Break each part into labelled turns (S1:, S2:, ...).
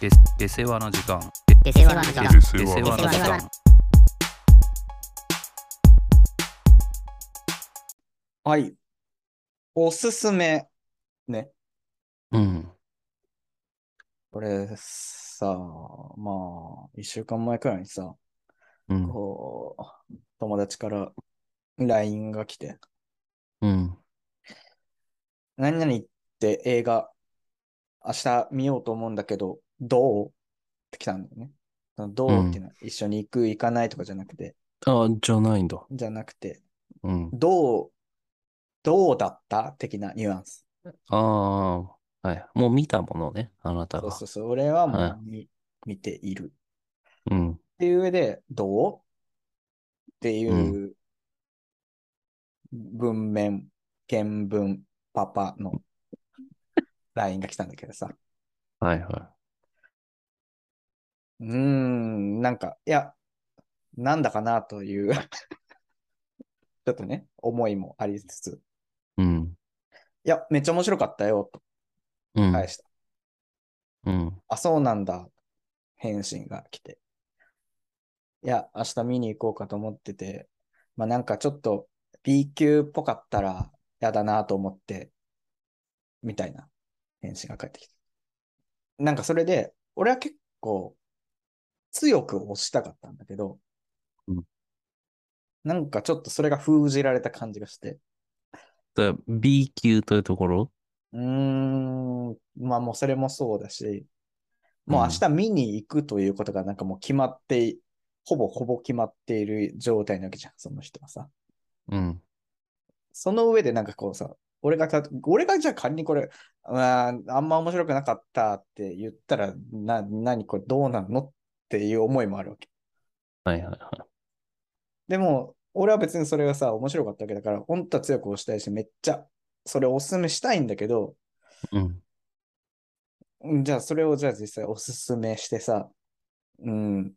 S1: で出世話の時間
S2: 出世話の時間
S3: で
S1: 出
S3: 世
S1: 世
S3: 話
S1: 話の時間
S4: はい。おすすめ。ね。
S1: うん
S4: これさ、まあ、一週間前くらいにさ、
S1: うん
S4: こう、友達から LINE が来て、
S1: うん
S4: 何々って映画、明日見ようと思うんだけど、どうって来たんだよね。そのどうっていうのは、一緒に行く、行かないとかじゃなくて、
S1: あじゃないんだ
S4: じゃなくて、
S1: うん
S4: どう、どうだった的なニュアンス。
S1: ああはいもう見たものねあなた
S4: そう
S1: が
S4: そうそう。俺はも
S1: は
S4: う見見ている。
S1: うん
S4: っていう上で、どうっていう文面、原文、パパの LINE が来たんだけどさ。
S1: はいは
S4: うーん、なんか、いや、なんだかなという 、ちょっとね、思いもありつつ、
S1: いうん
S4: いや、めっちゃ面白かったよ、と
S1: うん
S4: 返した。
S1: うん
S4: あ、そうなんだ、返信が来て。いや、明日見に行こうかと思ってて、まあなんかちょっと B 級っぽかったら嫌だなと思って、みたいな返信が返ってきて。なんかそれで、俺は結構強く押したかったんだけど、
S1: うん
S4: なんかちょっとそれが封じられた感じがして、
S1: だから B 級というところ
S4: うーん、まあもうそれもそうだし、もう明日見に行くということがなんかもう決まってい、ほぼほぼ決まっている状態なわけじゃん、その人はさ。
S1: うん
S4: その上でなんかこうさ、俺がた、俺がじゃあ仮にこれ、あーあんま面白くなかったって言ったら、な、何これどうなんのっていう思いもあるわけ。
S1: はいはいは
S4: でも、俺は別にそれがさ、面白かったわけだから、本当は強く推したいし、めっちゃ、それをおすすめしたいんだけど、
S1: いうん
S4: うんじゃあ、それをじゃあ実際おすすめしてさ、うん、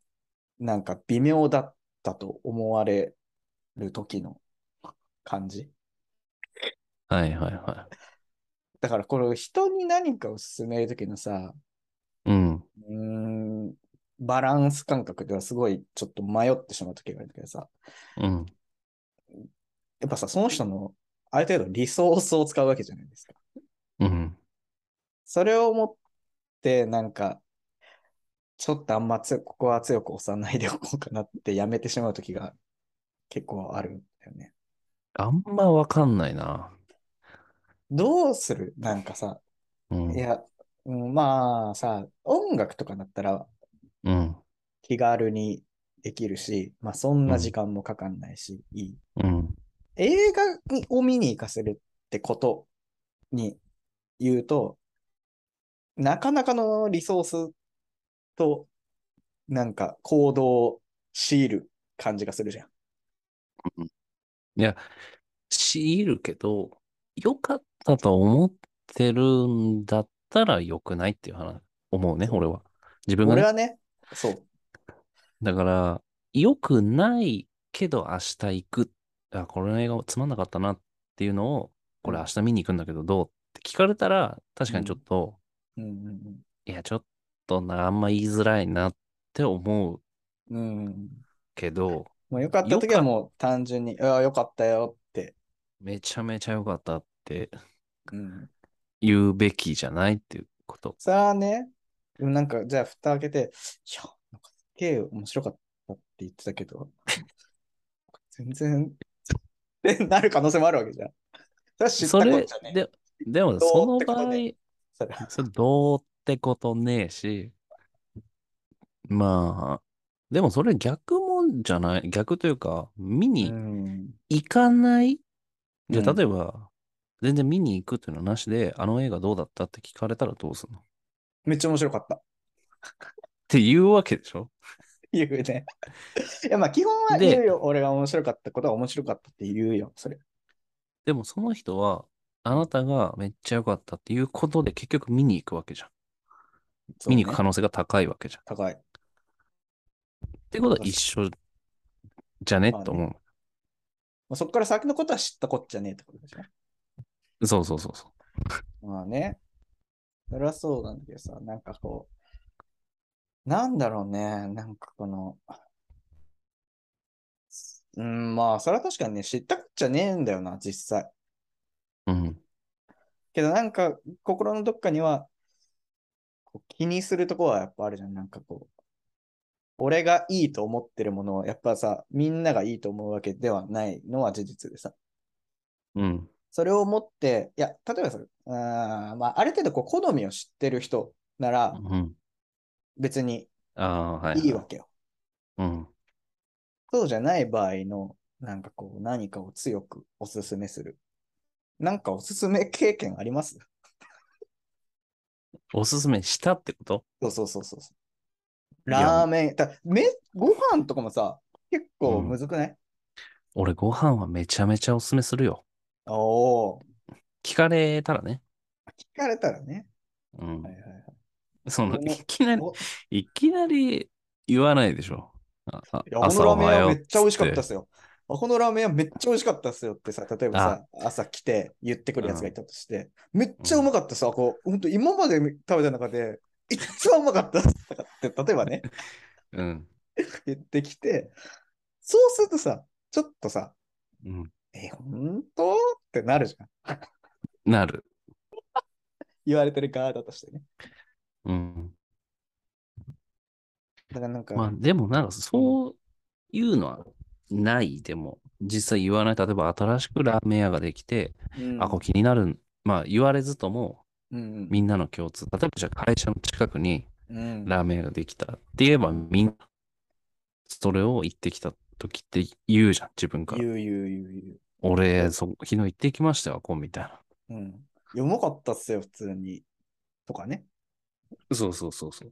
S4: なんか微妙だったと思われる時の感じ。
S1: はいはいは
S4: だから、これ人に何かを勧める時のさ、
S1: いうん
S4: うん、バランス感覚ではすごいちょっと迷ってしまう時があるんだけどさ、
S1: うん
S4: やっぱさ、その人のある程度リソースを使うわけじゃないですか。
S1: うん
S4: それをもって、なんか、ちょっとあんま強くここは強く押さないでおこうかなってやめてしまう時が結構あるんだよね。
S1: あんまわかんないな
S4: どうするなんかさ、
S1: うん
S4: いや、うんまあさ、音楽とかだったら
S1: うん
S4: 気軽にできるし、まあそんな時間もかかんないし、いい。
S1: うん
S4: 映画にを見に行かせるってことに言うと、なかなかのリソースと、なんか行動を強いる感じがするじゃん。
S1: 強いるけど、良かったと思ってるんだったら良くないっていう話、思うね、俺は。自分が
S4: 俺
S1: ね。
S4: はね、そう。
S1: だから、良くないけど明日行く。あ、この映画つまんなかったなっていうのを、これ明日見に行くんだけどどうって聞かれたら、確かにちょっと、
S4: うん
S1: いや、ちょっとな、あんま言いづらいなって思う
S4: うんうん。うんうん。
S1: けど、
S4: もう良かった時はもう単純に、ああ、良かったよって。
S1: めちゃめちゃ良かったって
S4: うん。
S1: 言うべきじゃないっていうこと。
S4: さあね、でもなんか、じゃあ蓋開けて、いや、なんかすっげえ面白かったって言ってたけど、全然、 ってなる可能性もあるわけじゃん。そ
S1: そ
S4: れは
S1: れ
S4: 知ったことじゃねえ。
S1: で、でも、
S4: どう
S1: その
S4: ってこと
S1: 場合、
S4: ねそれは
S1: それどうってことねえし、まあ、でもそれ逆もんじゃない、逆というか、見
S4: う
S1: に
S4: ん
S1: 行かない、じゃ
S4: う
S1: あ
S4: ん
S1: 例えば、全然見に行くっていうのはなしで、あの映画どうだったって聞かれたらどうするのっ
S4: めっちゃ面白かった。
S1: ていうわけでしょ
S4: 言う ね。いや、まあ基本は
S1: で
S4: 言うよ。俺が面白かったことは面白かったって言うよ。それ。
S1: でもその人は、あなたがめっちゃ良かったっていうことで結局見に行くわけじゃん。
S4: そう
S1: 見
S4: ね
S1: に行く可能性が高いわけじゃん。
S4: 高い。
S1: ってことは一緒じゃね
S4: まあね
S1: と思うの。
S4: まあ、そこから先のことは知ったこっちゃねえってことでしょ。
S1: そうそうそうそう。
S4: まあね。それはそうなんだけどさ、なんかこなんだろうね。なんかこの、うん、まあ、それは確かにね、知ったこっちゃねえんだよな、実際。
S1: うん。
S4: けどなんか、心のどっかには、こう気にするとこはやっぱあるじゃん。なんかこう、俺がいいと思ってるものを、やっぱさ、みんながいいと思うわけではないのは事実でさ。
S1: うん。
S4: それを持って、いや、例えばそれ、あーまあ、ある程度こう好みを知ってる人なら
S1: うん。
S4: 別に
S1: ああ、はい。
S4: いいわ。けよ。
S1: うん。
S4: そうじゃない場合の、なんかこう、何かを強くおすすめする。なんかおすすめ経験あります
S1: おすすめしたってこと
S4: そうそうそうそうそう。
S1: いや
S4: ラーメン、だめご飯とかもさ、結構むずくない、
S1: 俺ご飯はめちゃめちゃおすすめするよ。
S4: おお
S1: 聞かれたらね。
S4: 聞かれたらね。
S1: うん
S4: は。いはいはい。
S1: その、
S4: 俺も
S1: いきなり
S4: お、
S1: いきなり言わないでしょ。ああ
S4: いや、この
S1: 朝
S4: ラ
S1: お
S4: ーメン
S1: は
S4: 屋
S1: よ
S4: め
S1: う
S4: っちゃ美味しかった
S1: つ
S4: っすよ。あこのラーメン屋めっちゃ美味しかったっすよってさ、例えばさ、朝来て言ってくるやつがいたとして、めっちゃうまかったさ、こう、本当今まで食べた中で、一番うまかったっすとかって、例えばね、
S1: うん。
S4: 言ってきて、そうするとさ、ちょっとさ、
S1: うん。
S4: え、本当ってなるじゃん。
S1: なる。
S4: 言われてる側だとしてね。
S1: うん。
S4: だからなんか、
S1: まあでもなんかそういうのはないでも実際言わない例えば新しくラーメン屋ができて、
S4: うん
S1: あこれ気になるまあ言われずとも
S4: うん
S1: みんなの共通例えばじゃあ会社の近くに
S4: うん、
S1: ラーメン屋ができたって言えばみんなそれを言ってきた時って言うじゃん自分から
S4: 言う言う言う言う。
S1: 俺そ昨日行ってきましたよこうみたいな
S4: うん。いやうまかったっすよ、普通に。とかね。
S1: そうそうそうそう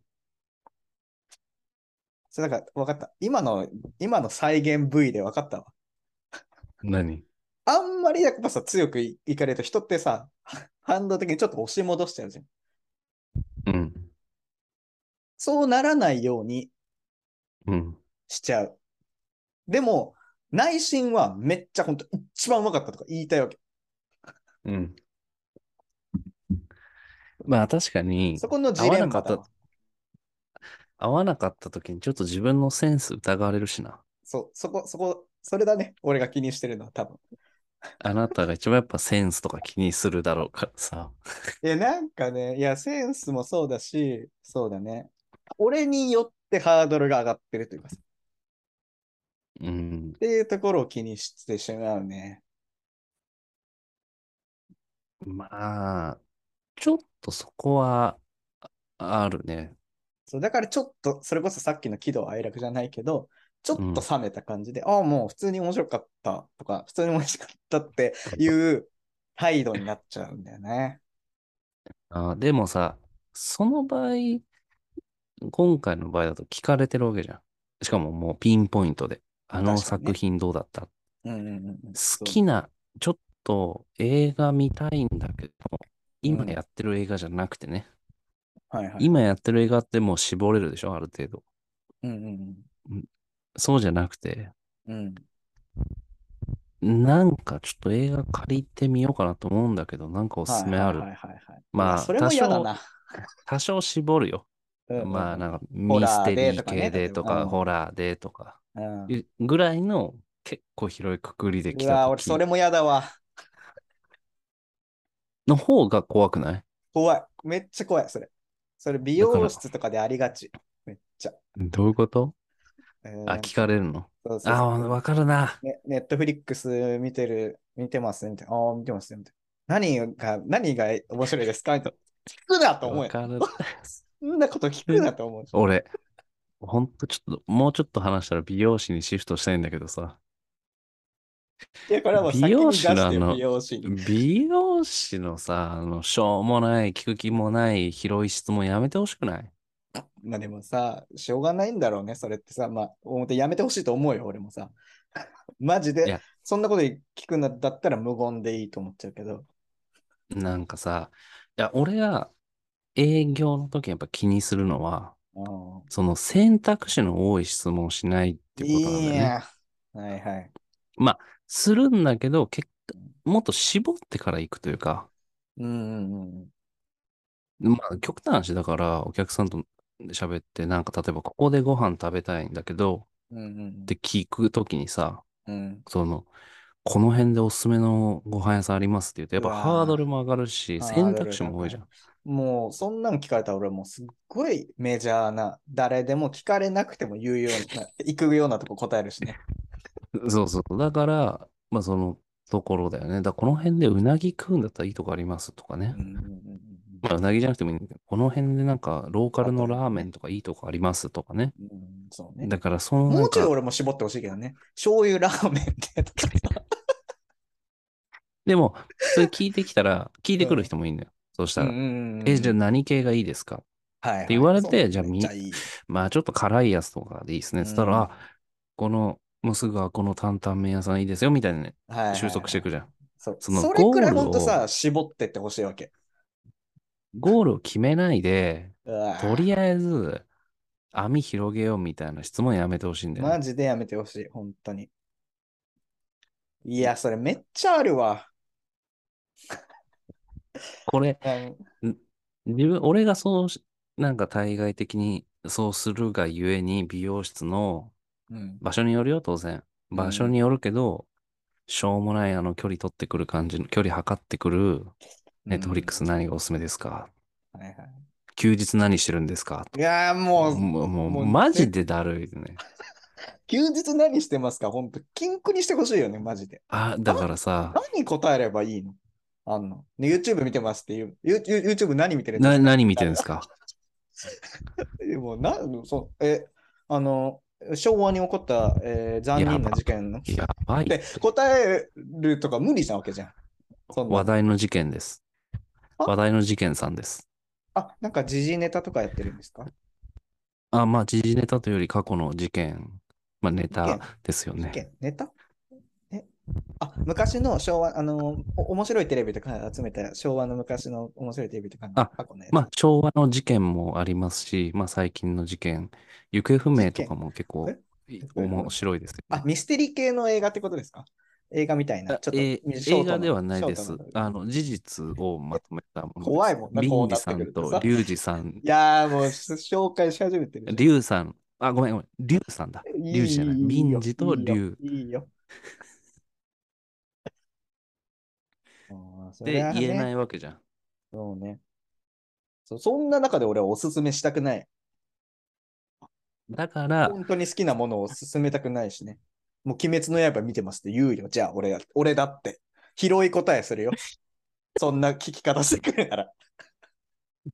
S4: それだから分かった。今の、今の再現部位で分かったわ。
S1: 何
S4: あんまりやっぱさ、強くいいかれると人ってさ、反動的にちょっと押し戻しちゃうじゃん。
S1: うん
S4: そうならないように
S1: うん
S4: しちゃう。でも、内心はめっちゃ本当一番うまかったとか言いたいわけ。
S1: うんまあ確かに
S4: そこのジレン
S1: 合わな
S4: マだ
S1: かっ
S4: わ
S1: た。合わなかった時にちょっと自分のセンス疑われるしな。
S4: そう、そこ、そこ、それだね。俺が気にしてるのは多分。
S1: あなたが一番やっぱセンスとか気にするだろうからさ。
S4: いや、なんかね、いや、センスもそうだし、そうだね。俺によってハードルが上がってるというかさ、っ
S1: うん。
S4: ていうところを気にしてしまうね。
S1: まあ、ちょっとそこはああるね。
S4: そう、だからちょっと、それこそさっきの喜怒哀楽じゃないけど、ちょっ
S1: うん
S4: と冷めた感じで、ああ、もう普通に面白かったとか、普通に面白かったっていう態度になっちゃうんだよね。
S1: あでもさ、その場合、今回の場合だと聞かれてるわけじゃん。しかももうピンポイントで。あの
S4: 確かにね
S1: 作品どうだった
S4: うんうんうんうん。
S1: 好きな、ちょっと映画見たいんだけど、今
S4: うん
S1: やってる映画じゃなくてね。
S4: そうはいはい。
S1: 今やってる映画ってもう絞れるでしょある程度。
S4: うんうん
S1: そうじゃなくて、
S4: うん。うん。
S1: なんかちょっと映画借りてみようかなと思うんだけど、なんかお
S4: お
S1: すすめある。
S4: はいはいはいはい。
S1: まあ
S4: いやそれも嫌だな。
S1: 多少絞るよ。
S4: うんうんうん
S1: まあなんかミ
S4: ホ
S1: ス
S4: ラ
S1: テリ
S4: ーで
S1: ー
S4: とか
S1: 系
S4: ね
S1: でと
S4: う
S1: か、
S4: ん
S1: ホラーでとか、
S4: うん
S1: ぐらいの結構広いくくりで来
S4: う
S1: た
S4: わ、俺、
S1: 時
S4: それも嫌だわ。
S1: の方が怖くない
S4: 怖い。めっちゃ怖い、それ。それ、美容室とかでありがち。めっちゃ。
S1: どういうこと
S4: うん
S1: あ、聞かれるの。
S4: そうそう
S1: あ、
S4: そう
S1: わかるな。
S4: ね、ネットフリックス見てる、見てますみたいな。ああ、見てますよみたいな。何が、何が面白いですかみたいな。聞くなと思
S1: わ
S4: うよ。
S1: かる。
S4: そんなこと聞くなと思う。
S1: 俺、ほんとちょっと、もうちょっと話したら美容師にシフトしたいんだけどさ、
S4: いや、これはもう先
S1: 美
S4: に
S1: 容
S4: 出
S1: 師な
S4: して
S1: の
S4: 美容師に。
S1: 美容師のさ、あの、しょうもない、聞く気もない、広い質問やめてほしくない
S4: まあでもさ、しょうがないんだろうね、それってさ。まあ、表やめてほしいと思うよ、俺もさ。 マジ
S1: い
S4: で
S1: や、
S4: そんなこと聞くんだったら無言でいいと思っちゃうけど。
S1: なんかさ、いや、俺が営業の時やっぱ気にするのは、
S4: うん
S1: その選択肢の多い質問をしないってことなんだよ
S4: い
S1: ね。
S4: や、はいはい。
S1: するんだけど、結果、もっと絞ってから行くというか、
S4: うんうんうん。
S1: まあ、極端な話だから、お客さんと喋って、なんか例えばここでご飯食べたいんだけど、
S4: うんうん
S1: って聞くときにさ、
S4: うん。
S1: その、この辺でおすすめのご飯屋さんありますって言うと、やっ
S4: うわ
S1: ぱ
S4: ー
S1: ハードルも上がるし、
S4: ハード
S1: 選
S4: ル
S1: 択肢も多いじゃん。
S4: うん。もう、そんなん聞かれたら俺もうすっごいメジャーな、誰でも聞かれなくても言うような、 行くようなとこ答えるしね。
S1: そうそう。だから、まあそのところだよね。だからこの辺でうなぎ食うんだったらいいとこありますとか
S4: う
S1: ね
S4: ん。うんうん
S1: まあうなぎじゃなくてもいいんだけど、この辺でなんかローカルの
S4: あと
S1: ラーメンとかいいとこありますとかね。
S4: うんうんそうね。
S1: だからそのな
S4: も
S1: ん
S4: うちょい
S1: か、
S4: 俺も絞ってほしいけどね。醤油ラーメンってとかさ。
S1: でも、それ聞いてきたら、聞いてくる人もいいんだよ。そうしたら。え、
S4: え
S1: じゃあ何系がいいですか
S4: はいはい
S1: って言われて
S4: そうね
S1: じゃあみ
S4: めっちいい
S1: まあちょっと辛いやつとかでいいですね。
S4: うん
S1: つったら、あこの、もうすぐはこの担々麺屋さんいいですよ、みたいなね、
S4: はいはいはい
S1: 収束していくじゃん。
S4: そう
S1: その
S4: それくら
S1: ゴー
S4: い
S1: ルを
S4: ほんとさ、絞ってってほしいわけ。
S1: ゴールを決めないで、
S4: うわ
S1: とりあえず、網広げようみたいな質問やめてほしいんだよね、
S4: マジでやめてほしい、本当に。いや、それめっちゃあるわ。
S1: これ、
S4: うん
S1: 自分、俺がそうし、なんか対外的にそうするがゆえに、美容室の
S4: うん、
S1: 場所によるよ、当然。場所によるけど、しょうもないあの距離取ってくる感じの、距離測ってくる、ネットフリックス何がおすすめですか、
S4: うん。はいはい
S1: 休日何してるんですか
S4: いやーもう、
S1: もう、もう、
S4: もう
S1: マジでだるいね。
S4: 休日何してますか本当キンクにしてほしいよね、マジで。
S1: あ、だからさ、
S4: 何答えればいいのあんの。ね YouTube 見てますっていう。You- You- YouTube 何見てるんです
S1: な、
S4: か
S1: 何見てるんですか
S4: えもうなそうえあの昭和に起こった、えー残忍な事件の
S1: やばい。
S4: で答えるとか無理なわけじゃん。そんな
S1: 話題の事件です。
S4: あ
S1: 話題の事件さんです。
S4: あなんか時事ネタとかやってるんですか
S1: あ、まあ、時事ネタというより過去の事件、まあ、ネ
S4: 事
S1: タ
S4: 件
S1: ですよ
S4: 事
S1: ね。
S4: 件ネタえあ昔の昭和あのお面白いテレビとか集めた昭和の昔の面白いテレビとかの
S1: あ
S4: 過去のやつ
S1: まあ、昭和の事件もありますし、まあ、最近の事件、行方不明とかも結構
S4: 事
S1: い面白いですよ
S4: あ
S1: ね。
S4: ミステリー系の映画ってことですか映画みたいな
S1: あ
S4: ちょっと
S1: え
S4: シ
S1: ー映
S4: ョートの
S1: 画ではないで
S4: シ
S1: す
S4: ョートの。
S1: あの、事実をまとめたものです。
S4: 怖いもんな
S1: ビ
S4: こう
S1: ン
S4: な
S1: ジ
S4: って
S1: さ
S4: く
S1: ん
S4: ると
S1: と
S4: さ
S1: リュウジさん
S4: いやーもう紹介し始めてるじゃん
S1: リュウさん。あ、ごめんごめん。リュウさんだ。
S4: いい
S1: リュウじゃない。
S4: よ
S1: ビンジとリュウ。
S4: いいよ。いいよ あーそれ
S1: で
S4: は、ね
S1: 言えないわけじゃん。
S4: そうねそ。そんな中で俺はおすすめしたくない。
S1: だから、
S4: 本当に好きなものを勧めたくないしね。もう鬼滅の刃見てますって言うよ。じゃあ俺が俺だって。広い答え するよ。そんな聞き方してくれなら。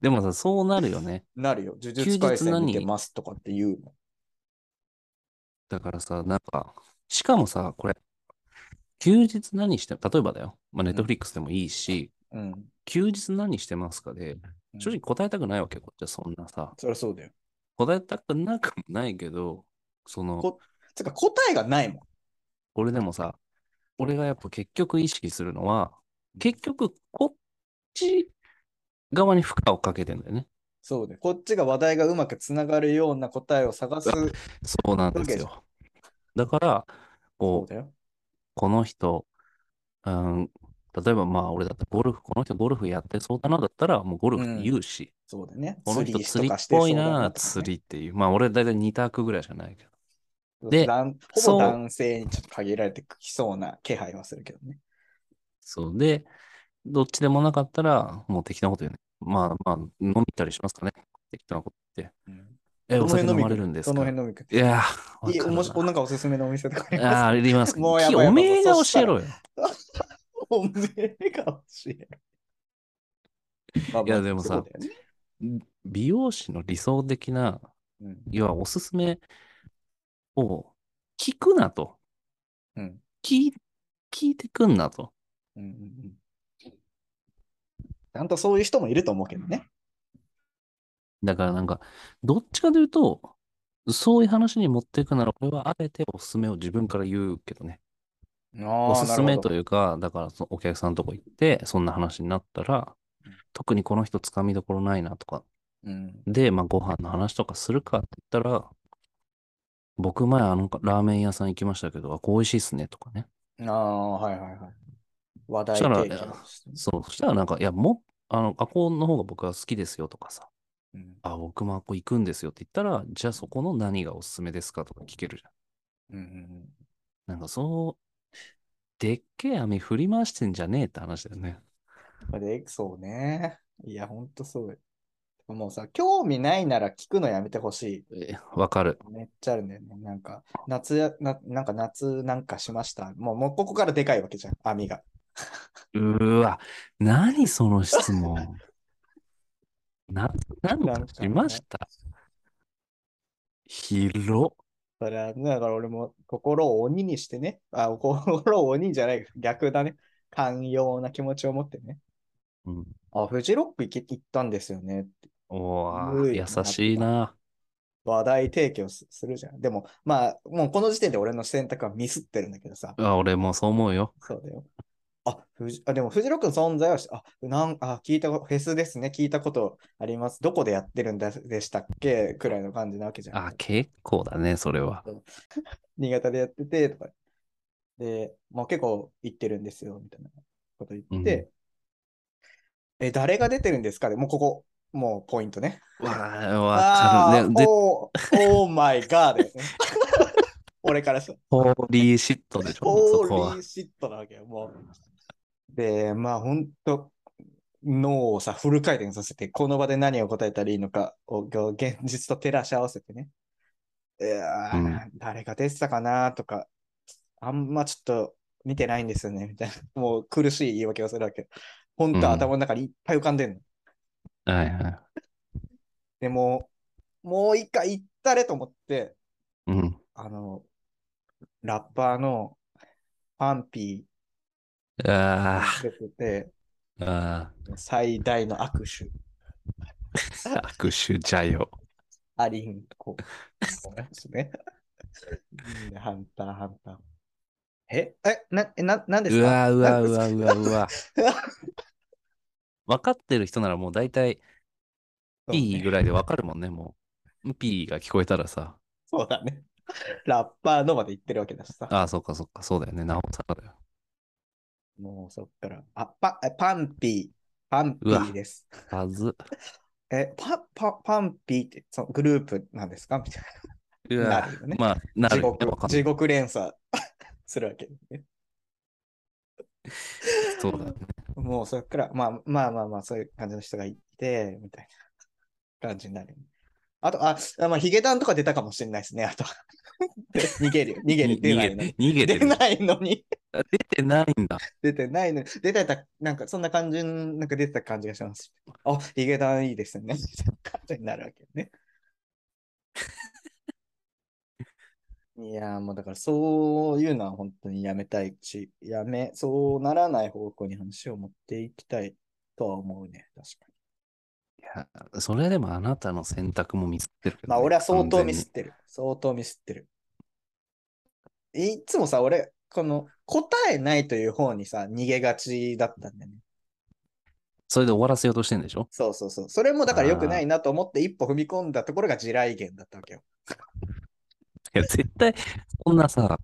S1: でもさ、そうなるよね。
S4: なるよ。呪術廻戦見てますとかって言うの。
S1: だからさ、なんか、しかもさ、これ、休日何して、例えばだよ。まあ、ネットフリックスでもいいし、
S4: うん。
S1: 休日何してますかで、正直答えたくないわけよ。こっちはそんなさ、
S4: そりゃそうだよ。
S1: 答えたくなくもないけど、その、
S4: こつうか答えがないもん。
S1: これでもさ、俺がやっぱ結局意識するのは、結局、こっち側に負荷をかけてんだよね。
S4: そうだよ。こっちが話題がうまくつながるような答えを探す。
S1: そうなんです
S4: わ
S1: よ。だから、
S4: そう
S1: こう、
S4: だよ。
S1: この人、うん、例えばまあ俺だったらゴルフ、この人ゴルフやってそうだなだったら、もうゴルフって言うし、
S4: そうだね。
S1: この人
S4: 釣
S1: 釣
S4: り
S1: り
S4: と
S1: っ
S4: かして
S1: ぽ
S4: そう
S1: い
S4: だ
S1: な、
S4: なとかね
S1: 釣りっていう。まあ俺大体2択ぐらいじゃないけど。で
S4: 男
S1: そ
S4: ほぼ
S1: う
S4: 男性にちょっと限られてきそうな気配はするけどね。
S1: そうで、どっちでもなかったら、もう適当なこと言うね。まあまあ、飲みたりしますかね。適当なこと言って。え、
S4: ど
S1: お
S4: の
S1: 酒飲
S4: 辺飲み
S1: ま
S4: 行
S1: れ
S4: く
S1: るんです
S4: その
S1: か
S4: 辺飲み行く
S1: いやー、わ
S4: いい
S1: か
S4: お
S1: る
S4: もしお
S1: な
S4: なんかおすすめのお店とかあ
S1: あ
S4: り
S1: ー、
S4: ま
S1: あります。
S4: もうやばいやばい
S1: おめえが教えろよ。
S4: すおめえが教える。まあまあ
S1: いやでもさ
S4: そうだよね
S1: 美容師の理想的な
S4: うん
S1: 要はおすすめを聞くなと。
S4: うん
S1: 聞い聞いてくんなと。
S4: うんうんうんちゃんとそういう人もいると思うけどね。
S1: だからなんか、どっちかというと、そういう話に持っていくなら、俺はあえておすすめを自分から言うけどね。お
S4: お
S1: すすめと
S4: いう。
S1: いうか、だからそのお客さんのとこ行って、そんな話になったら、特にこの人つかみどころないなとか、
S4: うん、
S1: で、まあご飯の話とかするかって言ったら、僕前あのラーメン屋さん行きましたけど、あ、こう美味しいっすねとかね。
S4: ああ、はいはいはい。話題
S1: そしたら
S4: 提供してね
S1: そう、そしたらなんか、いや、もっ、あの、あこうの方が僕は好きですよとかさ、
S4: うん。
S1: あ、僕もあっこ行くんですよって言ったら、じゃあそこの何がおすすめですかとか聞けるじゃん。
S4: うんうん
S1: なんかそう、でっけえ網振り回してんじゃねえって話だよね。
S4: うん。で、そうね。いや、ほんとそうよ。もうさ、興味ないなら聞くのやめてほし
S1: えわかる。
S4: い。めっちゃあるんだよね。なんか、夏や、ななんか夏なんかしました。もう、もうここからでかいわけじゃん、網が。
S1: うーわ、何その質 問。な、なん
S4: なん
S1: か
S4: か
S1: しました広っ。
S4: それは、だから俺も心を鬼にしてね。あ、 心を鬼じゃない、逆だね。寛容な気持ちを持ってね。
S1: うん、
S4: あ、フジロック行け行ったんですよね。
S1: お
S4: う
S1: ー、
S4: い
S1: 優しいな。
S4: 話題提供すするじゃん。でも、まあ、もうこの時点で俺の選択はミスってるんだけどさ。
S1: あ、俺もそう思うよ。
S4: そうだよ。あ、フジあでも、フジロックの存在はし、あ、なんあ聞いたこフェスですね、聞いたことあります。どこでやってるんだでしたっけくらいの感じなわけじゃん。
S1: あ、結構だね、それは。
S4: 新潟でやってて、とか。で、もう結構行ってるんですよ、みたいなこと言って、え、誰が出てるんですかでもうここ、もうポイントね。
S1: わーわかるね。で、
S4: おおマイガーですね。俺からしたら。
S1: ホーリーシットでし ょ、
S4: ホ
S1: そこ
S4: ー
S1: は
S4: リー。シットなわけよ、もう。で、まあ、ほんと、脳をさ、フル回転させて、この場で何を答えたらいいのかをこう現実と照らし合わせてね。いやー、
S1: うん
S4: 誰が出てたかなとか、あんまちょっと見てないんですよね、みたいな。 もう苦しい言い訳をするわけよ。ほんとは頭の中にいっぱい浮かんでんの。
S1: はいはい。
S4: でも、もう一回行ったれと思って、
S1: うん。
S4: あの、ラッパーのパンピ
S1: あ
S4: ー出てて、
S1: あ、あ
S4: 最大の握手、
S1: あ、握手じゃよ。
S4: アリン コ。そうですね。うんハンター、ハンター。え、え、な、えな、なんで
S1: う
S4: すか
S1: わうわ
S4: な
S1: うん
S4: です
S1: わ
S4: か
S1: うわうわ。 分かってる人ならもう大体
S4: そうね
S1: いいぐらいで分かるもんね、もう。ピーが聞こえたらさ。
S4: そうだね。ラッパーのまで言ってるわけだしさ。
S1: ああ、そっかそっか、そうだよね。なおさらだよ。
S4: もうそっから。あ、パ、えパンピー。パンピ
S1: うわ
S4: ーです。
S1: はず。
S4: え、パ、パ、パンピーって、そのグループなんですかみたいうな。な
S1: わ
S4: るよね。
S1: まあ、な
S4: 地
S1: るよね。
S4: 獄
S1: わか、んない
S4: 地獄連鎖するわけですね。
S1: そうだね。
S4: もうそっから、まあまあまあまあ、そういう感じの人がいて、みたいな感じになる。あと、あ、あまあ、ヒゲダンとか出たかもしれないですね、あと。 で逃げる、逃げる、
S1: に
S4: 出な
S1: 逃
S4: い
S1: げ
S4: のに。
S1: て、逃げて
S4: 出
S1: る。
S4: ないのに、
S1: あ出てないんだ。
S4: 出てないのに、出てた、なんかそんな感じ、なんか出てた感じがします。あ、ヒゲダンいいですね、みたいな感じになるわけね。いやーもうだからそういうのは本当にやめたいし、やめ、そうならない方向に話を持っていきたいとは思うね、確かに。
S1: いやそれでもあなたの選択もミスってるけどね、
S4: まあ俺は相
S1: 完
S4: 当
S1: 全
S4: ミ
S1: に
S4: スっ。てる。相当ミスってる。いつもさ、俺、この答えないという方にさ、逃げがちだったんだよね。
S1: それで終わらせようとしてんでしょ
S4: そうそうそう。それもだから良くないなと思って一歩踏み込んだところが地雷源だったわけよ。
S1: いや、絶対、こんなさ、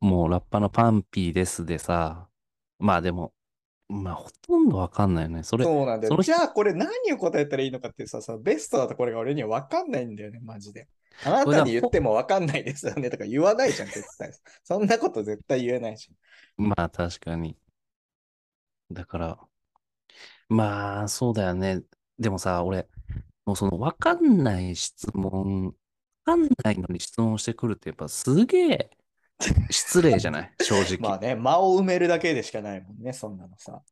S1: もうラッパのパンピーですでさ、まあでも、まあほとんどわかんないよね。それ、
S4: そうなんだ
S1: そ
S4: よ。
S1: の人
S4: じゃあこれ何を答えたらいいのかってさ、さベストなところが俺には分かんないんだよね、マジで。あなたに言っても分かんないですよねとか言わないじゃん、絶対。そんなこと絶対言えないじ
S1: まあ確かに。だから、まあそうだよね。でもさ、俺、もうそのわかんない質問、わかんないのに質問してくるってやっぱすげえ失礼じゃない正直
S4: ゃん。。 まあね、間を埋めるだけでしかないもんね、そんなのさ。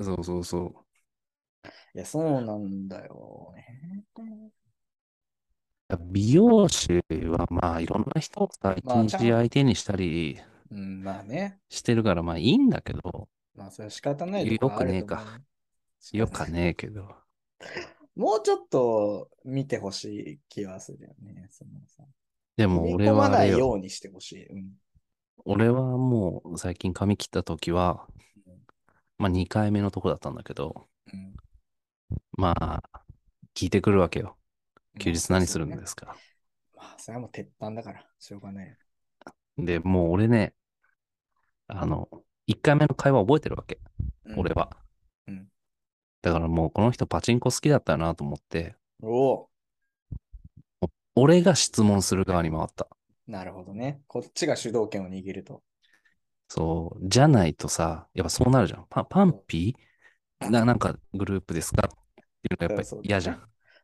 S1: そうそうそう。
S4: いや、そうなんだよね。
S1: 美容師はまあいろんな人をさ、一
S4: まあちゃん
S1: 日相手にしたり
S4: うん、まあね。
S1: してるからまあいいんだけど、
S4: まあ、それは仕方ないとこはあると思
S1: よ
S4: う
S1: くねよか。ねえけど。
S4: もうちょっと見てほしい気はするよね。そのさ。
S1: でも俺は
S4: 踏み込ま
S1: あ
S4: な
S1: れ
S4: い
S1: よ、
S4: ようにしてほしい。うん。
S1: 俺はもう最近髪切った時は、まあ2回目のとこだったんだけど、
S4: うん
S1: まあ、聞いてくるわけよ。休日何するん
S4: まあ
S1: ですか。
S4: まあ、それはもう鉄板だから、しょうがない。
S1: で、もう俺ね、あの、1回目の会話覚えてるわけ、
S4: うん
S1: 俺。は
S4: うん。
S1: だからもうこの人パチンコ好きだったなと思って、
S4: おお
S1: 俺が質問する側に回った。
S4: なるほどね。こっちが主導権を握ると。
S1: そう、じゃないとさ、やっぱそうなるじゃん。パパンピーななんかグループですかっていうのがやっぱ
S4: そ
S1: り
S4: うそう
S1: 嫌じゃん。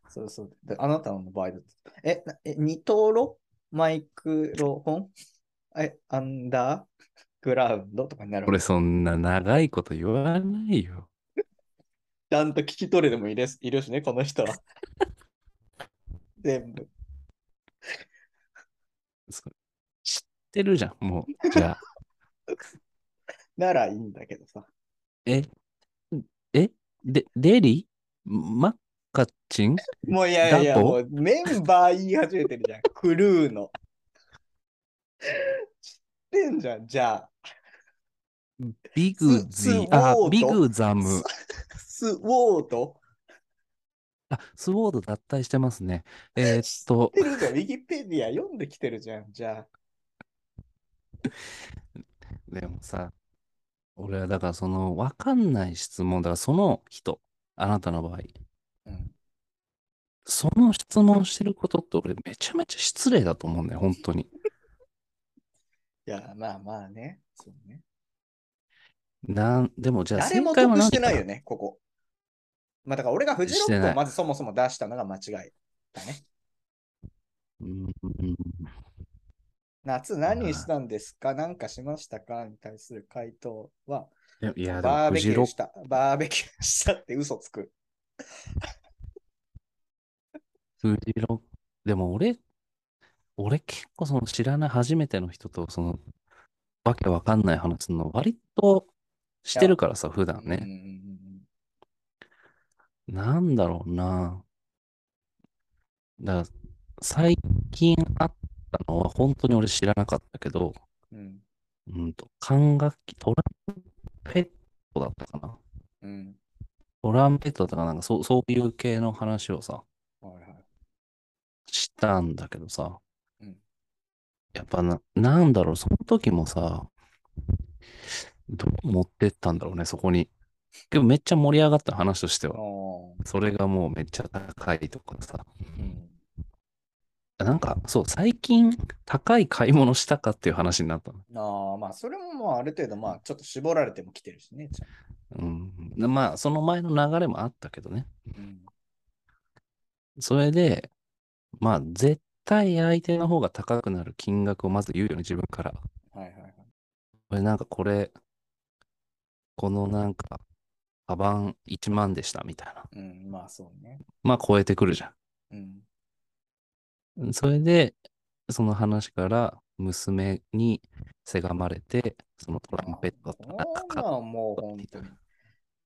S4: そうそう。であなたの場合だと。え、なえ二刀路マイクロフォンえ、アンダーグラウンドとかになる。
S1: 俺そんな長いこと言わないよ。
S4: ちゃんと聞き取れでもいれいるしね、この人は。 全部。
S1: そう知ってるじゃん、もう。じゃあ、
S4: ならいいんだけどさ。
S1: え、え、で、デリマッカチン
S4: もういやいやいや、
S1: ダポ
S4: もうメンバー言い始めてるじゃん。 クルーの。知ってんじゃん、じゃあ。
S1: ビグジ
S4: ス
S1: ー、あ
S4: スウォード、
S1: ビグザム
S4: ス。スウォード
S1: あ、スウォード脱退してますね。えーっと、
S4: 知ってるじゃん。ウィキペディア読んできてるじゃん、じゃあ。
S1: でもさ、俺はだからその、わかんない質問、だからその人、あなたの場合、
S4: うん、
S1: その質問してることって俺めちゃめちゃ失礼だと思うんだよ、本当に。
S4: いや、まあまあね。そうね
S1: なん、でもじゃあ
S4: 誰
S1: 正
S4: も
S1: 解は
S4: 得
S1: 何
S4: し
S1: だ
S4: てないよね、ここ。まあだから俺がフジロ
S1: して
S4: ック
S1: な
S4: を
S1: い
S4: まずそもそも出したのが間違いだね。
S1: うんうん
S4: 夏何したんですか何かしましたかに対する回答は、
S1: うんいや、でも
S4: バー
S1: フ
S4: ベキ
S1: ジ
S4: ュ
S1: ロ
S4: ー
S1: ッ
S4: し
S1: ク、
S4: た。バーベキューしたって嘘つく。
S1: フジロック、でも俺、俺結構その知らない初めての人とその、わけわかんない話するの割としてるからさ、普段
S4: うんうん
S1: ね。
S4: うん
S1: なんだろうな。だから、最近あったのは本当に俺知らなかったけど、
S4: うん
S1: うんと、管楽器、トランペットだったかな。
S4: うん
S1: トランペットだったかななんかそう、そういう系の話をさ、
S4: はいはい
S1: したんだけどさ、
S4: うん
S1: やっぱな、なんだろう、その時もさ、どう持ってったんだろうね、そこに。でもめっちゃ盛り上がった話としては。
S4: おー
S1: それがもうめっちゃ高いとかさ。
S4: うん
S1: なんか、そう、最近高い買い物したかっていう話になったの。
S4: ああまあそれももうある程度まあちょっと絞られてもきてるしね。ちゃん
S1: うん。まあ、その前の流れもあったけどね。
S4: とうん
S1: それで、まあ、絶対相手の方が高くなる金額をまず言うよね、自分から。
S4: はいはいはい。
S1: 俺なんかこれ、このなんか、カバン1万でしたみたいな。
S4: うんまあそうね。
S1: まあ超えてくるじゃ
S4: うん
S1: ん。それで、その話から娘にせがまれて、そのトランペット
S4: そ
S1: だったか
S4: んなんもう本当に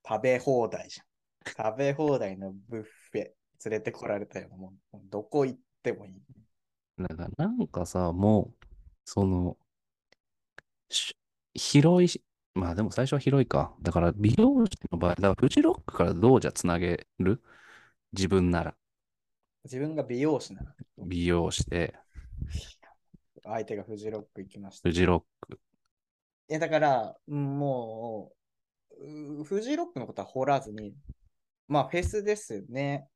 S4: 食べ放題じゃん。食べ放題のブッフェ連れてこられたよ。もうもうどこ行ってもいい。
S1: だからなんかさ、もう、その、し広いし、まあでも最初は広いか。だから美容師の場合、だからフジロックからどうじゃつなげる自分なら
S4: 自分が美容師なら
S1: 美容師で、
S4: 相手がフジロック行きました。
S1: フ
S4: い
S1: ジロック。
S4: やだからうんもううフジロックのことは掘らずにまあフェスですね。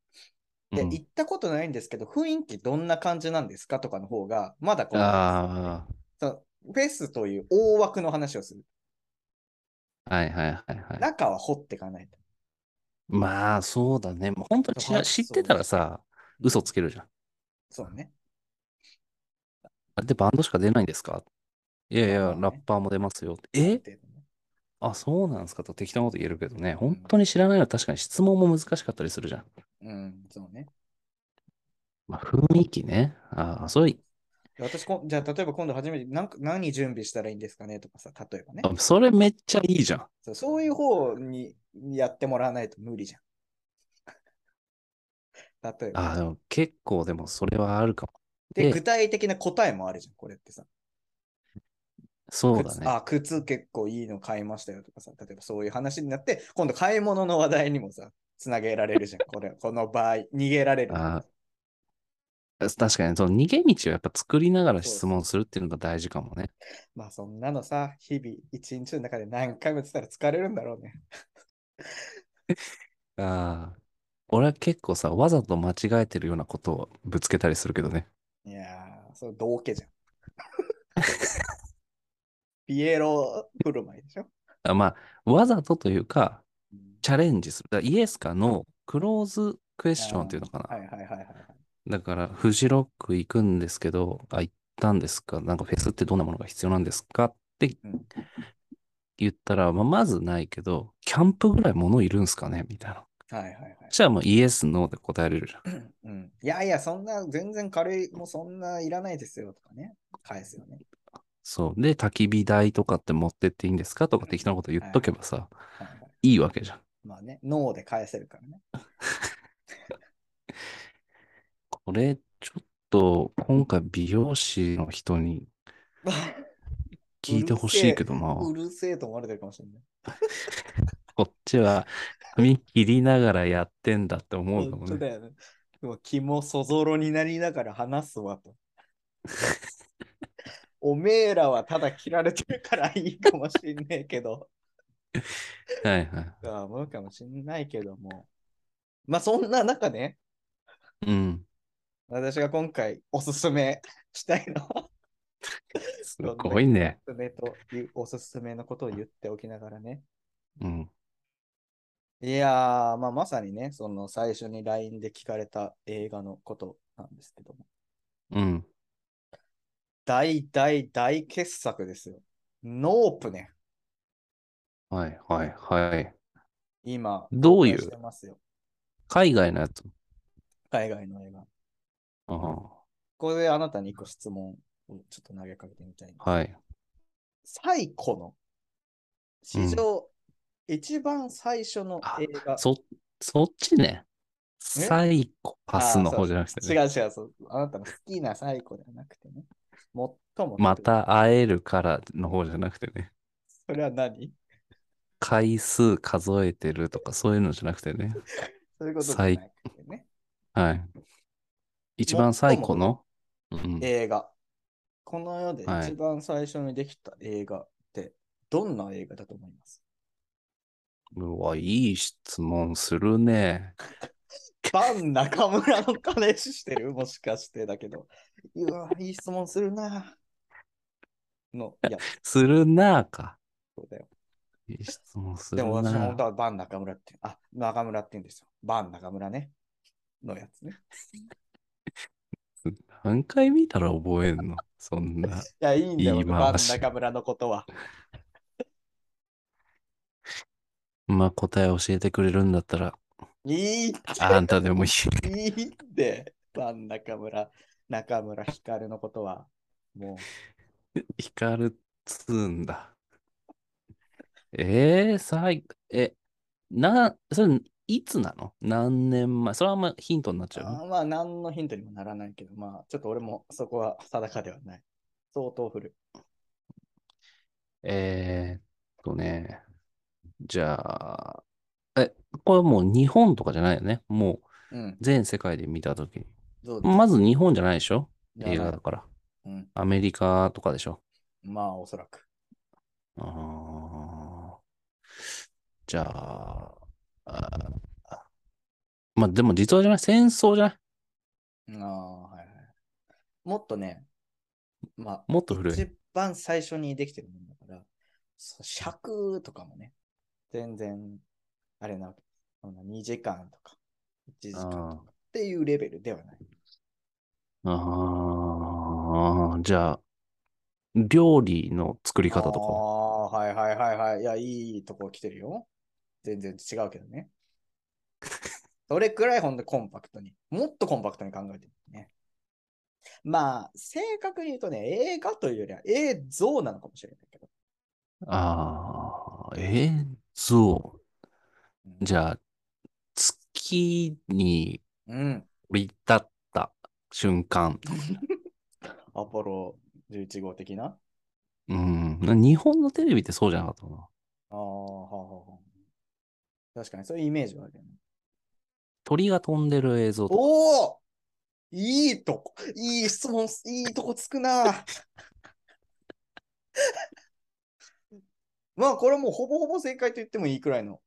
S4: で、
S1: うん
S4: 行ったことないんですけど雰囲気どんな感じなんですかとかの方がまだこう
S1: あ
S4: そうフェスという大枠の話をする。
S1: あ、はいはいはいはい。
S4: 中は掘っていかないと。
S1: まあ、そうだね。もう本当に知ら
S4: そう
S1: 知ってたらさ、嘘つけるじゃん。
S4: そうね。
S1: あれでバンドしか出ないんですかいやいや、
S4: まあね
S1: ラッパーも出ますよ。
S4: ある
S1: え
S4: 程度ね
S1: あ、そうなんですかと適当なこと言えるけどね。本当に知らないのは確かに質問も難しかったりするじゃん。
S4: うん、そうね。
S1: まあ、雰囲気ね。ああ、それ、
S4: 私こん、じゃあ、例えば今度初めてなんか何準備したらいいんですかねとかさ、例えばね。
S1: あそれめっちゃいいじゃん。
S4: そうそういう方にやってもらわないと無理じゃん。 例えば。
S1: あでも結構でもそれはあるかも。
S4: で、
S1: で
S4: 具体的な答えもあるじゃん、これってさ。
S1: そうだ
S4: 靴
S1: ね。
S4: あ、靴結構いいの買いましたよとかさ、例えばそういう話になって、今度買い物の話題にもさ、つなげられるじゃん、これ、 この場合、逃げられる。
S1: あ確かに、その逃げ道をやっぱ作りながら質問するっていうのが大事かもね。
S4: まあそんなのさ、日々、一日の中で何回もやってたら疲れるんだろうね。
S1: ああ。俺は結構さ、わざと間違えてるようなことをぶつけたりするけどね。
S4: いやー、それ道化じゃん。 ピエロ振る舞いでしょ、
S1: あまあ、わざとというか、
S4: うん
S1: チャレンジする。だからイエスかノー、クローズクエスチョンっていうのかな。
S4: はいはいはいはいはい。
S1: だから、フジロック行くんですけど、あ、行ったんですかなんかフェスってどんなものが必要なんですかって
S4: うん
S1: 言ったら、まあ、まずないけど、キャンプぐらい物いるんすかねみたいな。
S4: はいはいはい。
S1: じゃあもうイエス、ノーで答えれるじゃん。
S4: うん、いやいや、そんな、全然軽い、もうそんないらないですよとかね、返すよね。
S1: そう。で、焚き火台とかって持ってっていいんですかとか適当なこと言っとけばさ、
S4: はいはい、
S1: いいわけじゃん。
S4: まあね、脳で返せるからね。
S1: これ、ちょっと、今回美容師の人に 聞いてほしいけどな。
S4: うるせえと思われてるかもしれない。
S1: こっちは髪切りながらやってんだって思うかも
S4: 本当
S1: ね。
S4: だよね。でも気もそぞろになりながら話す わと。おめえらはただ切られてるからいいかもしんねえけど、
S1: はいはい。
S4: とは思うかもしんないけども。まあそんな中ね、
S1: うん。
S4: 私が今回おすすめしたいのは、
S1: すごいね。
S4: おすすめというおすすめのことを言っておきながらね。
S1: うん。
S4: いやー、まあ、まさにね、その最初に LINE で聞かれた映画のことなんですけども。
S1: うん。
S4: 大大大傑作ですよ。ノープね。
S1: はいはいはい。
S4: 今、
S1: どうい
S4: 公開して
S1: う
S4: ますよ
S1: 海外のやつ
S4: 海外の映画。
S1: ああ
S4: これであなたに一個質問をちょっと投げかけてみたいな。
S1: はい。
S4: 最古の、史上一番最初の映画。
S1: そ、そっちね。サイコパスの方じゃなくて
S4: 違
S1: ね。
S4: う違うそう。あなたの好きな最古ではなくてね。最も。
S1: ま。た会えるからの方じゃなくてね。
S4: それは何
S1: 回数数えてるとかそういうのじゃなくてね。
S4: そういうことじゃなくてね。
S1: はい。一番最古の、うん、
S4: 映画。この世で
S1: はい
S4: 一番最初にできた映画って、どんな映画だと思います
S1: うわ、いい質問する ね。
S4: バン中村の彼氏してるもしかしてだけど。うわ、いい質問するな。の、いや、
S1: するなあか。
S4: そうだよ。
S1: いい質問す
S4: で
S1: る
S4: も
S1: な
S4: 私も本当
S1: あ。
S4: はバン中村って、あ、中村って言うんですよ。バン中村ね。のやつね。
S1: 何回見たら覚えんのそんな。
S4: いや、いいんだよ、
S1: 言い回
S4: バン
S1: し
S4: 中村のことは。
S1: まあ答え教えてくれるんだったら、
S4: いいって、
S1: あんたでもいい。
S4: いいって、バン中村、中村光のことは。もう。
S1: 光るつんだ。えー、最、え、な、それ、いつなの何年前それはあんまヒントになっちゃう
S4: あーまあ、何のヒントにもならないけど、まあ、ちょっと俺もそこは定かではない。相当古い。
S1: えーっとね、じゃあ、え、これはもう日本とかじゃないよね。もう
S4: うん。
S1: 全世界で見たときに。
S4: どうです
S1: まず日本じゃないでしょ
S4: じゃあ
S1: 映画だから。
S4: うん。
S1: アメリカとかでしょ
S4: まあ、おそらく。
S1: あーじゃあ、あーまあでも実はじゃない戦争じゃない
S4: ああ、はいはい。もっとね、まあ、
S1: もっと古い
S4: 一番最初にできてるもんだから、そう尺とかもね、全然、あれなわけ。そんな2時間とか、1時間と
S1: あー
S4: かっていうレベルではない。
S1: ああ、じゃあ、料理の作り方と
S4: あ
S1: か。
S4: あ、はいはいはいはい。いや、いいとこ来てるよ。全然違うけどね。 それくらいほんとコンパクトに。もっとコンパクトに考えてるね。まあ、正確に言うとね、映画というよりは映像なのかもしれないけど。
S1: ああ、えー、そう。
S4: うん
S1: じゃあ、月に
S4: うん。
S1: 降り立った瞬間。
S4: アポロ11号的な。
S1: うん。日本のテレビってそうじゃなかったかな。
S4: ああ、はあはあはあ。確かにそういうイメージはあるよね。
S1: 鳥が飛んでる映像とか。
S4: おおいいとこ、いい質問、いいとこつくな。 まあ、これはもうほぼほぼ正解と言ってもいいくらいの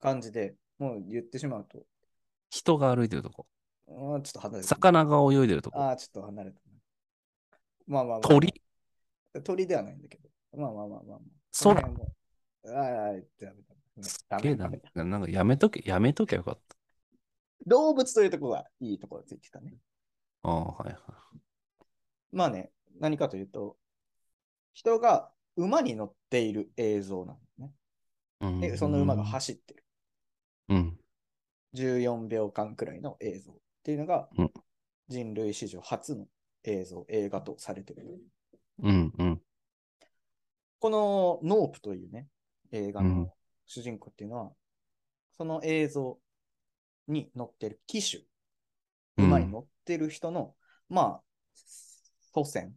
S4: 感じで、もう言ってしまうと、
S1: 人が歩いてるとこ。
S4: うんちょっと離れてる。
S1: 魚が泳いでると
S4: あ
S1: こ。
S4: あ、ちょっと離れてる。まあまあ、まあ、
S1: 鳥。
S4: 鳥ではないんだけど。まあまあまあまあまあ。
S1: 空
S4: この辺も。ああ、ダメダ
S1: すげえ
S4: メ
S1: な
S4: ダメダメ。
S1: なんかやめとけ、やめとけよかっ
S4: 動物というところはいいところついてたね。
S1: た。ああ、はいはい。
S4: まあね、何かというと、人が馬に乗っている映像なのね。
S1: うん
S4: で、その馬が走ってる。
S1: うん。
S4: 14秒間くらいの映像っていうのが
S1: うん、
S4: 人類史上初の映像、映画とされてる。
S1: うん。うん。
S4: このノープというね、映画
S1: うん
S4: の主人公っていうのは、その映像に乗ってる機種、
S1: うん
S4: 馬に乗ってる人の、まあ、祖先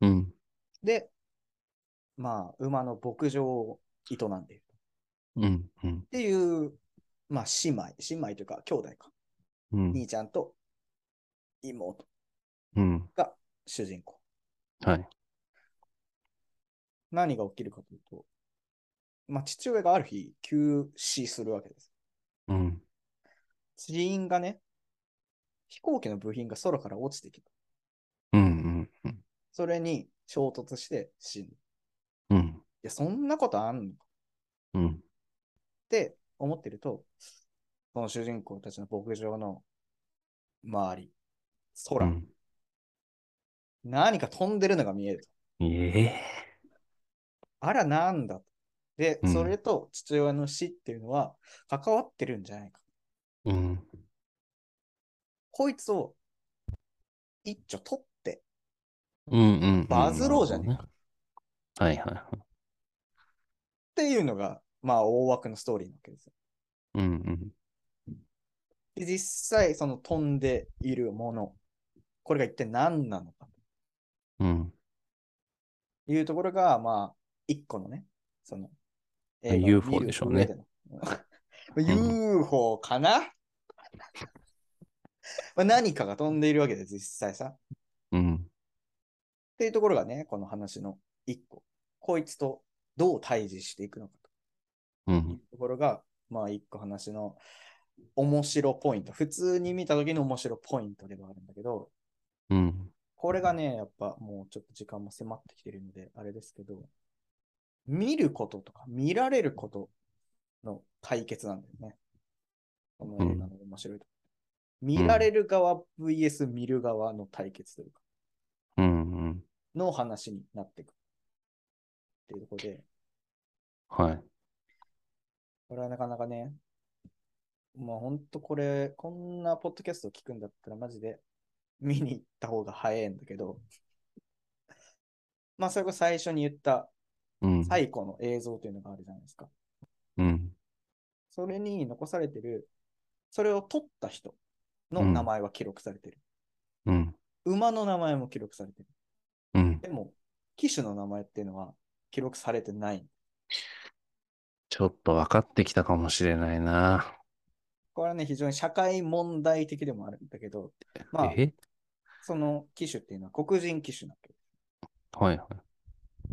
S1: うん。
S4: で、まあ、馬の牧場を営んでいる。
S1: うん。うん
S4: っ。ていう、まあ、姉妹、姉妹というか、兄弟か、
S1: うん。
S4: 兄ちゃんと妹
S1: うん。
S4: が主人公。
S1: はい。
S4: 何が起きるかというと、まあ、父親がある日、急死するわけです。
S1: うん。
S4: 人員がね、飛行機の部品が空から落ちてきた。
S1: うん。うん。
S4: それに衝突して死ぬ。い
S1: うん。
S4: や、そんなことあんのかっ
S1: うん。
S4: て思ってると、その主人公たちの牧場の周り、
S1: ほ
S4: 空、何か飛んでるのが見える。
S1: ええ。
S4: あら、なんだと。で
S1: う、ん
S4: それと父親の死っていうのは関わってるんじゃないか。
S1: うん。
S4: こいつを一丁取って、
S1: うん。うん。
S4: バズろうじゃねえ
S1: か。はいはいはい。
S4: っていうのが、まあ、大枠のストーリーなわけですよ。
S1: うん。
S4: で、実際、その飛んでいるもの、これが一体何なのか
S1: うん。うん。
S4: というところが、まあ、一個のね、その、
S1: まあ
S4: 映画を
S1: UFO
S4: 見る
S1: でしょうね
S4: 上の。UFO かな まあ何かが飛んでいるわけで、実際さ。
S1: うん。
S4: っていうところがね、この話の一個。こいつとどう対峙していくのか
S1: うん
S4: という。ところが、まあ一個話の面白ポイント。普通に見た時の面白ポイントではあるんだけど、
S1: うん。
S4: これがね、やっぱもうちょっと時間も迫ってきてるので、あれですけど、見ることとか見られることの対決なんだよね。この映画の面白いとこ見られる側 VS 見る側の対決というか、
S1: うん。うん。
S4: の話になっていく。っていうところで、
S1: はい。
S4: これはなかなかね、まあ本当これ、こんなポッドキャストを聞くんだったらマジで見に行った方が早いんだけど、まあそれこそ最初に言った
S1: うん。
S4: 最古の映像というのがあるじゃないですか。
S1: うん。
S4: それに残されてる、それを撮った人の名前は記録されてる。
S1: うん。
S4: 馬の名前も記録されてる。
S1: うん。
S4: でも、騎手の名前っていうのは記録されてない。
S1: ちょっと分かってきたかもしれないな。
S4: これはね、非常に社会問題的でもあるんだけど、まあ、
S1: え
S4: その騎手っていうのは黒人騎手なわけ
S1: はいはい。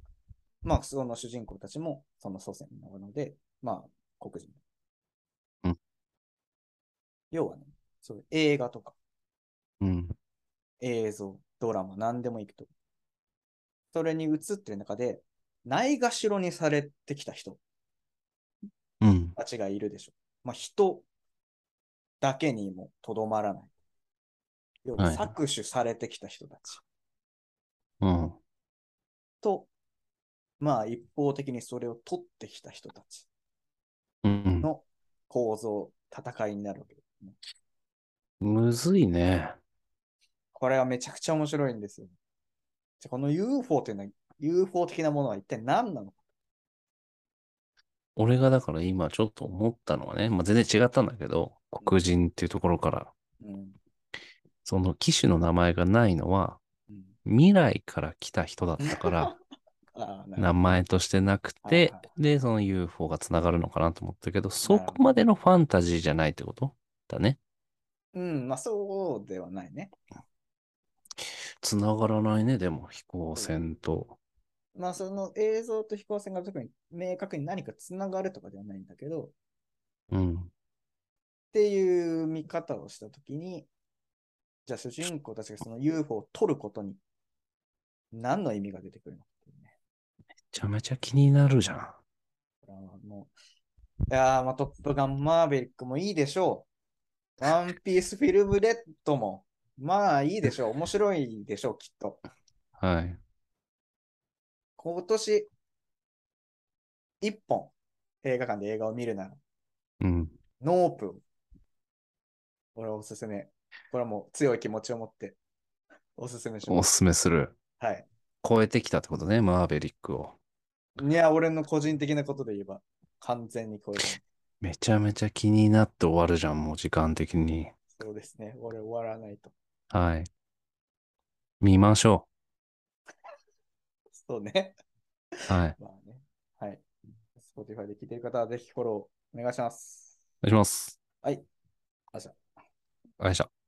S4: まあ、その主人公たちもその祖先なので、まあ、黒人。
S1: うん
S4: 要はね、そういう映画とか
S1: うん。
S4: 映像、ドラマ、何でもいいけど、それに映ってる中で、ないがしろにされてきた人
S1: うん。
S4: たちがいるでしょ。まあ、人だけにもとどまらない。要は
S1: はい
S4: 搾取されてきた人たち
S1: うん。
S4: と、まあ、一方的にそれを取ってきた人たち。
S1: うん。
S4: の構造、戦いになるわけです、ね。
S1: むずいね。
S4: これはめちゃくちゃ面白いんですよ。じゃあこの UFO というのは、UFO 的なものは一体何なのか。
S1: 俺がだから今ちょっと思ったのはね、まあ、全然違ったんだけど、黒人っていうところから、
S4: うん
S1: その機種の名前がないのは、
S4: うん、
S1: 未来から来た人だった から、
S4: ああ、なるほど
S1: 名前としてなく
S4: はい
S1: て
S4: は、
S1: で、その UFO がつながるのかなと思ったけど、
S4: ほど
S1: そこまでのファンタジーじゃないってことだね。
S4: うん、まあそうではないね。
S1: つながらないね、でも飛行船と。
S4: まあその映像と飛行船が特に明確に何かつながるとかではないんだけど、
S1: うん。
S4: っていう見方をしたときに、じゃあ主人公たちがその UFO を取ることに、何の意味が出てくるのかっていうね。
S1: めちゃめちゃ気になるじゃん。
S4: これはもう、いやー、まあ、トップガンマーベリックもいいでしょう。ワンピースフィルムレッドも、まあいいでしょう。面白いでしょう、きっと。
S1: はい。
S4: 今年、一本、映画館で映画を見るなら、
S1: うん。
S4: ノープン。これおすすめ。これはもう強い気持ちを持って、おすすめし
S1: お
S4: ます。
S1: すすめする。
S4: はい。
S1: 超えてきたってことね、マーベリックを。
S4: いや、俺の個人的なことで言えば、完全に超えた。
S1: めちゃめちゃ気になって終わるじゃん、もう時間的に。
S4: そうですね。俺終わらないと。
S1: はい。見ましょ
S4: そうね。
S1: う。はい。
S4: まあね。はい。Spotify で聞いてる方はぜひフォローお願いします。
S1: お願いします。
S4: はい。ありがとうございました
S1: お願いします。